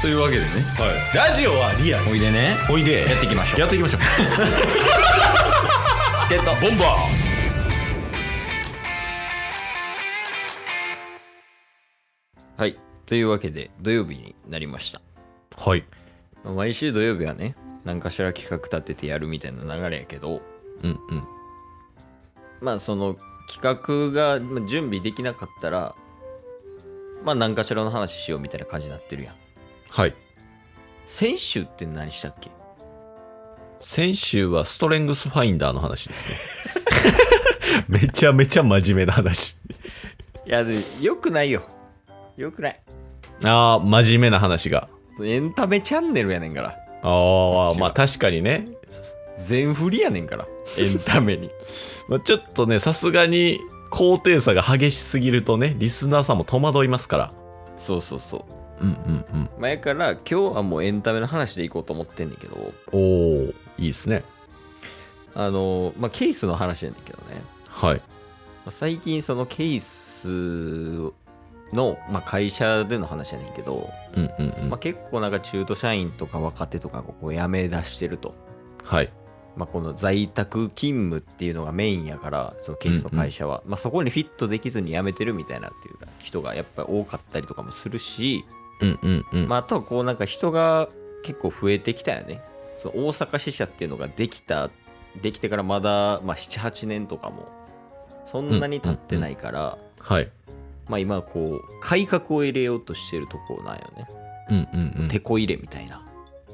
というわけでねはい、ラジオはリアルおいでねおいでやっていきましょうやっていきましょう ゲットボンバはいというわけで土曜日になりましたーはい毎週土曜日はね何かしら企画立ててやるみたいな流れやけどうんうんまあその企画がまあ準備できなかったらまあ何かしらの話しようみたいな感じになってるやんはい先週って何したっけ先週はストレングスファインダーの話ですね めちゃめちゃ真面目な話いやでよくないよよくないああ真面目な話がエンタメチャンネルやねんからああまあ確かにね、全振りやねんからエンタ メにまあ、ちょっとねさすがに高低差が激しすぎるとねリスナーさんも戸惑いますからそうそうそううんうんうんまあやから今日はもうエンタメの話でいこうと思ってんねんけどおおいいですねあのまあケースの話やねんけどねはいまあ最近そのケースの、まあ、会社での話やねんけど、うんうんうん、まあ、結構なんか中途社員とか若手とかがこう辞め出してると、はいまあ、この在宅勤務っていうのがメインやからそのケースの会社は、まあ、そこにフィットできずに辞めてるみたいなっていうか人がやっぱり多かったりとかもするし、うんうんうん、まあ、あとはこうなんか人が結構増えてきたよねその大阪支社っていうのができたできてからまだ、まあ、78年とかもそんなに経ってないから、はいまあ、今はこう改革を入れようとしてるところなんよね、うんうんうんてこ入れみたいな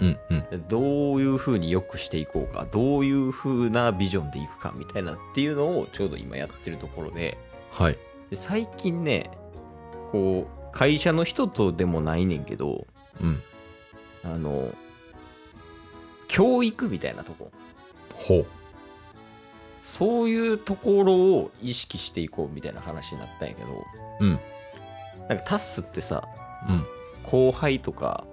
うんうんでどういうふうに良くしていこうかどういうふうなビジョンでいくかみたいなっていうのをちょうど今やってるところではいで最近ねこう会社の人とでもないねんけどうんあの教育みたいなとこほうそういうところを意識していこうみたいな話になったんやけどうんなんかタッスってさうん後輩とか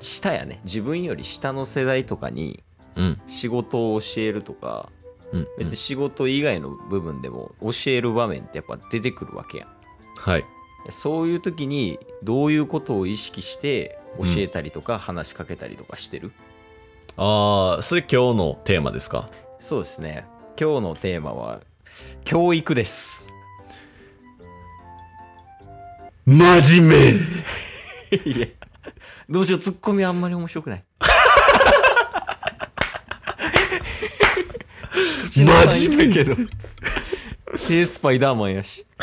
下やね自分より下の世代とかにうん仕事を教えるとかうんう別にん仕事以外の部分でも教える場面ってやっぱ出てくるわけやんはいそういう時にどういうことを意識して教えたりとか話しかけたりとかしてる、ああそれ今日のテーマですかそうですね今日のテーマは教育です真面目いやどうしようツッコミあんまり面白く ない真面目けど 手スパイダーマンやし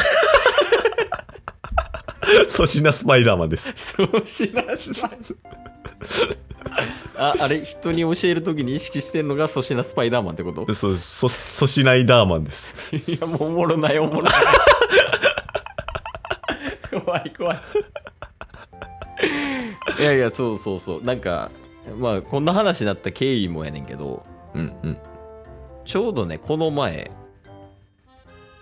粗品スパイダーマンですそうしなスパイ ああれ人に教える時に意識してんのが粗品スパイダーマンってことそうそ粗品イダーマンです いやもうおもろないお もろない怖い怖いいやいやそうそうそうなんかまあこんな話になった経緯もやねんけどうんうんちょうどねこの前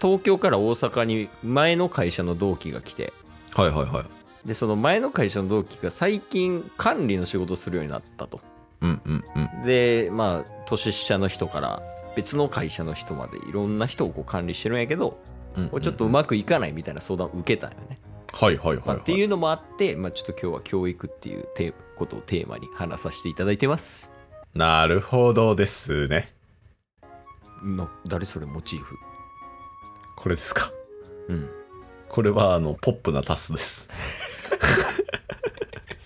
東京から大阪に前の会社の同期が来てはいはいはいでその前の会社の同期が最近管理の仕事をするようになったとうんうんうんでまあ年下の人から別の会社の人までいろんな人をこう管理してるんやけどうんこれちょっとうまくいかないみたいな相談を受けたんよね、はいはいはい、まあ、はっていうのもあって、まあ、ちょっと今日は教育っていうテーことをテーマに話させていただいてますなるほどですねの誰それモチーフこれですかうんこれはあのポップなタスです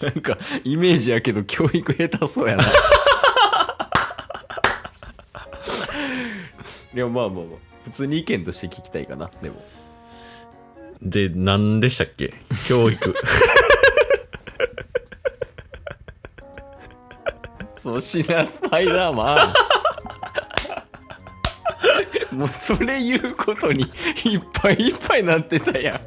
なんかイメージやけど教育下手そうや ないやまあまあまあ普通に意見として聞きたいかなでもで何でしたっけ教育 粗品スパイダーマンもうそれ言うことにいっぱいいっぱいなってたやん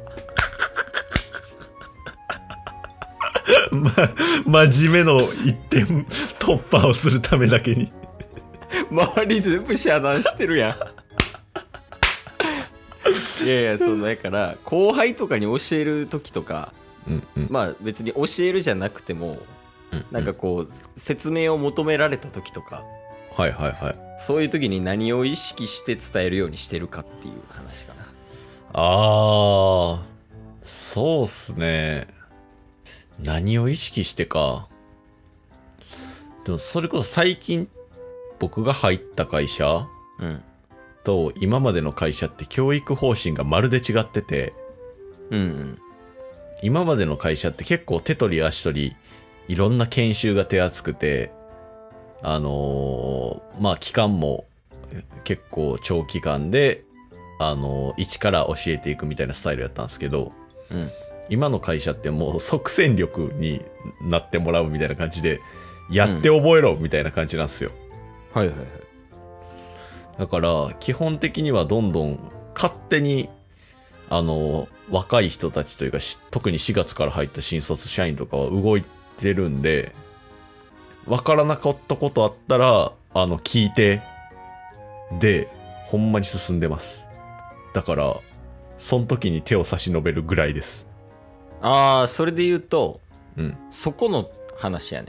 真面目の一点突破をするためだけに周り全部遮断してるやんいやいやそのだから後輩とかに教える時とかうんうんまあ別に教えるじゃなくてもなんかこう説明を求められた時とかはいはいはいそういう時に何を意識して伝えるようにしてるかっていう話かなああそうっすね何を意識してか。でも、それこそ最近、僕が入った会社うん。と今までの会社って教育方針がまるで違ってて、うんうん。今までの会社って結構手取り足取りいろんな研修が手厚くてあのーまあ期間もえ結構長期間であのー一から教えていくみたいなスタイルやったんですけどうん。今の会社ってもう即戦力になってもらうみたいな感じでやって覚えろみたいな感じなんですよ、はいはいはい。だから基本的にはどんどん勝手にあの若い人たちというかし特に4月から入った新卒社員とかは動いてるんで分からなかったことあったらあの聞いてでほんまに進んでますだからその時に手を差し伸べるぐらいですああ、それで言うと、うんそこの話やね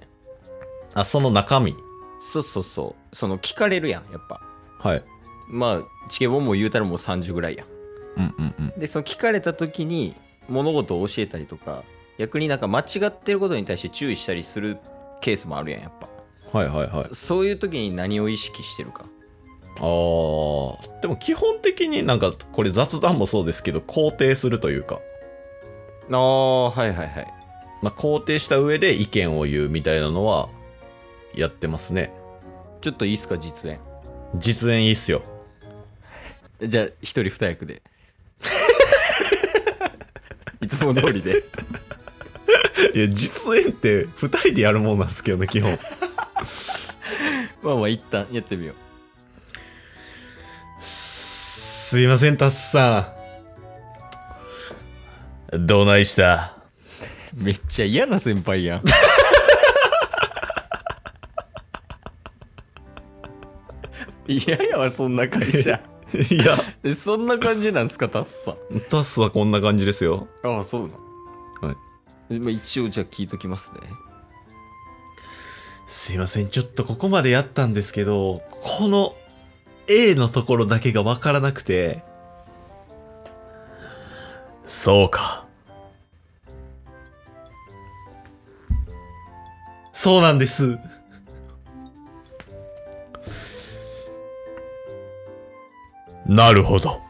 ん。あその中身そうそうそう。その聞かれるやん、やっぱ。はいまあ、チケボンも言うたらもう30ぐらいやん。うんうんうんでその聞かれた時に物事を教えたりとか逆になんか間違ってることに対して注意したりするケースもあるやんやっぱはいはいはいそういう時に何を意識してるかあーでも基本的になんかこれ雑談もそうですけど肯定するというかああはいはいはいまあ、肯定した上で意見を言うみたいなのはやってますねちょっといいっすか実演実演いいっすよ じゃあ一人二役でいつも通りでいや実演って2人でやるもんなんですけどね基本まあまあ一旦やってみようすいませんタッスさんどないした めっちゃ嫌な先輩や ん嫌やわそんな会 社いやえそんな感じなんすかタッサタッスはこんな感じですよああそうなはいい、まあ、一応じゃあ聞いときますねすいませんちょっとここまでやったんですけどこの A のところだけがわからなくてそうかそうなんですなるほど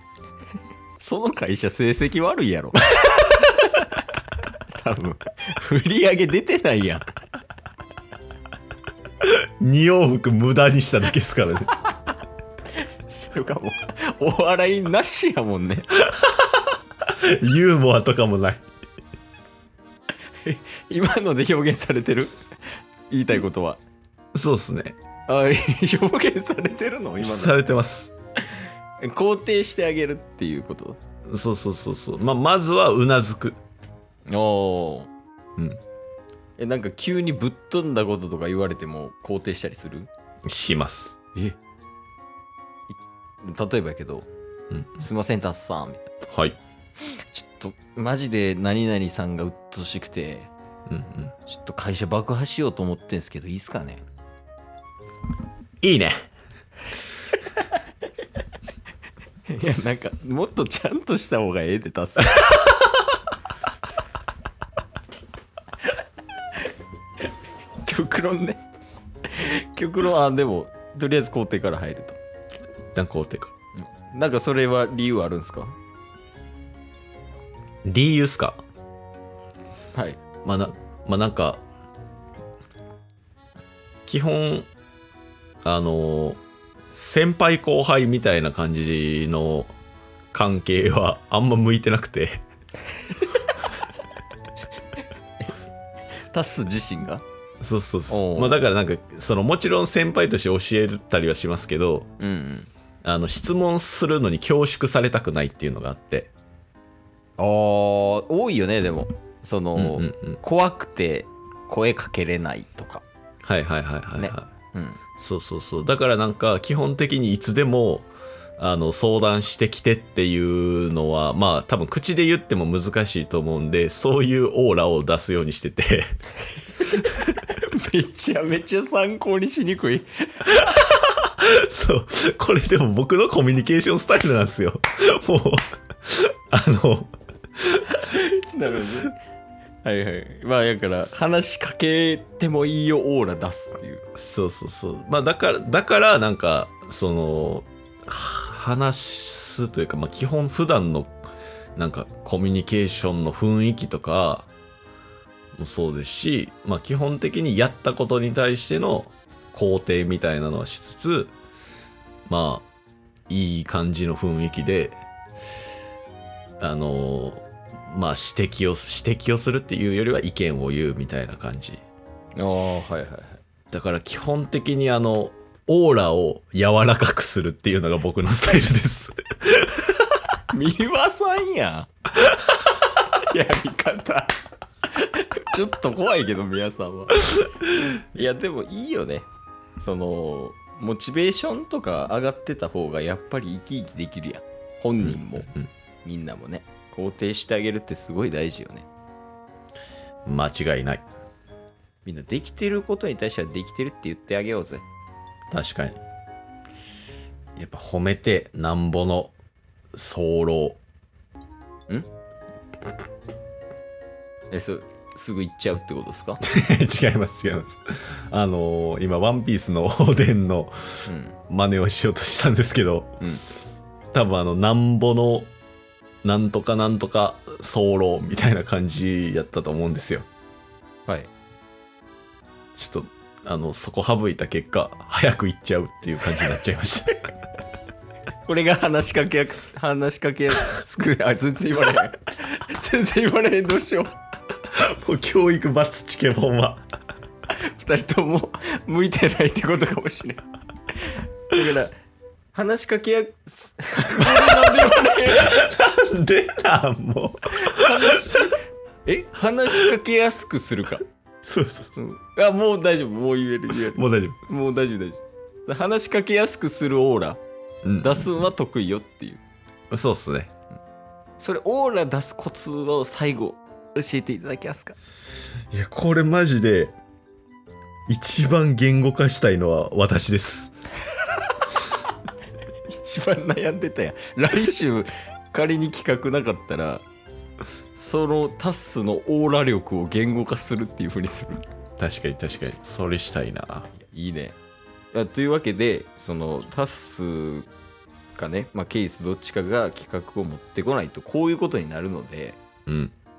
その会社成績悪いや ろ多分売り上げ出てないやん二往復無駄にしただけですから ねしかもお笑いなしやもんねユーモアとかもない今ので表現されてる言いたいことはそうですねあ表現されてるの今されてますの肯定してあげるっていうことそうそうそうそうまあまずはうなずくおうんえなんか急にぶっ飛んだこととか言われても肯定したりするします。えい例えばやけどうん。 「すいませんタスさん」みたいなはい。ちょっとマジで何々さんが鬱陶しくてうんうん。ちょっと会社爆破しようと思ってんすけどいいっすかねいいね。いやなんかもっとちゃんとした方がええで達成極論ね極論あでもとりあえず工程から入ると一旦肯定か。なんかそれは理由あるんすか理由っすか。はいまあな、まあなんか、基本、あのー、先輩後輩みたいな感じの関係はあんま向いてなくて、 タス自身がそうそうそおう。うまあだからなんか、そのもちろん先輩として教えたりはしますけど、うんうんあの、質問するのに恐縮されたくないっていうのがあって。あー多いよねでもその、うんうんうん。怖くて声かけれないとかはいはいはいはい、はい。ねうんそうそうそう。だからなんか基本的にいつでもあの相談してきてっていうのはまあ多分口で言っても難しいと思うんでそういうオーラを出すようにしてて めちゃめちゃ参考にしにくい。そうこれでも僕のコミュニケーションスタイルなんですよもうあのなるほどね。はいはい。まあ、だから、話しかけてもいいよオーラ出すっていう。そうそうそう。まあだから、だからなんか、その、は話すというか、まあ基本普段のなんかコミュニケーションの雰囲気とかもそうですし、まあ基本的にやったことに対しての肯定みたいなのはしつつ、まあ、いい感じの雰囲気で、あの、まあ指摘を、指摘をするっていうよりは意見を言うみたいな感じ。ああ、はいはいはい。だから基本的にあの、オーラを柔らかくするっていうのが僕のスタイルです。三輪さんやん やり方ちょっと怖いけど三輪さんはいやでもいいよねそのモチベーションとか上がってた方がやっぱり生き生きできるやん本人も、うんみんなもね肯定してあげるってすごい大事よね間違いない。みんなできてることに対してはできてるって言ってあげようぜ確かに。やっぱ褒めてなんぼの早漏。 えそすぐ行っちゃうってことですか、違います、違います。あのー今、ワンピースのおでんのうん、真似をしようとしたんですけど、うん多分あの、なんぼの、なんとかなんとか早漏みたいな感じやったと思うんですよ。はいちょっと、あの、そこ省いた結果、早く行っちゃうっていう感じになっちゃいました。これが話しかけやす、話しかけやすく、あ、全然言われへん。全然言われへん、どうしよう。 もう教育罰チケボンは。 二人とも向いてないってことかもしれん。だから、話しかけやす、なんでなんもう。話、え話しかけやすくするか。そうそうそうんあ、もう大丈夫、もう言える、言えるう。。もう大丈もう大丈夫、大丈夫。話しかけやすくするオーラ、夫。うん出すんは得意よっていう。そうっすね。それ、オーラ出すコツを最後、教えていただけますかいや、これマジで、一番言語化したいのは私です。一番悩んでたやん来週仮に企画なかったらそのタッスのオーラ力を言語化するっていう風にする確かに確かに。それしたいな。いいねあというわけでそのタッスかね、まあ、ケイスどっちかが企画を持ってこないとこういうことになるのでうん。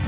す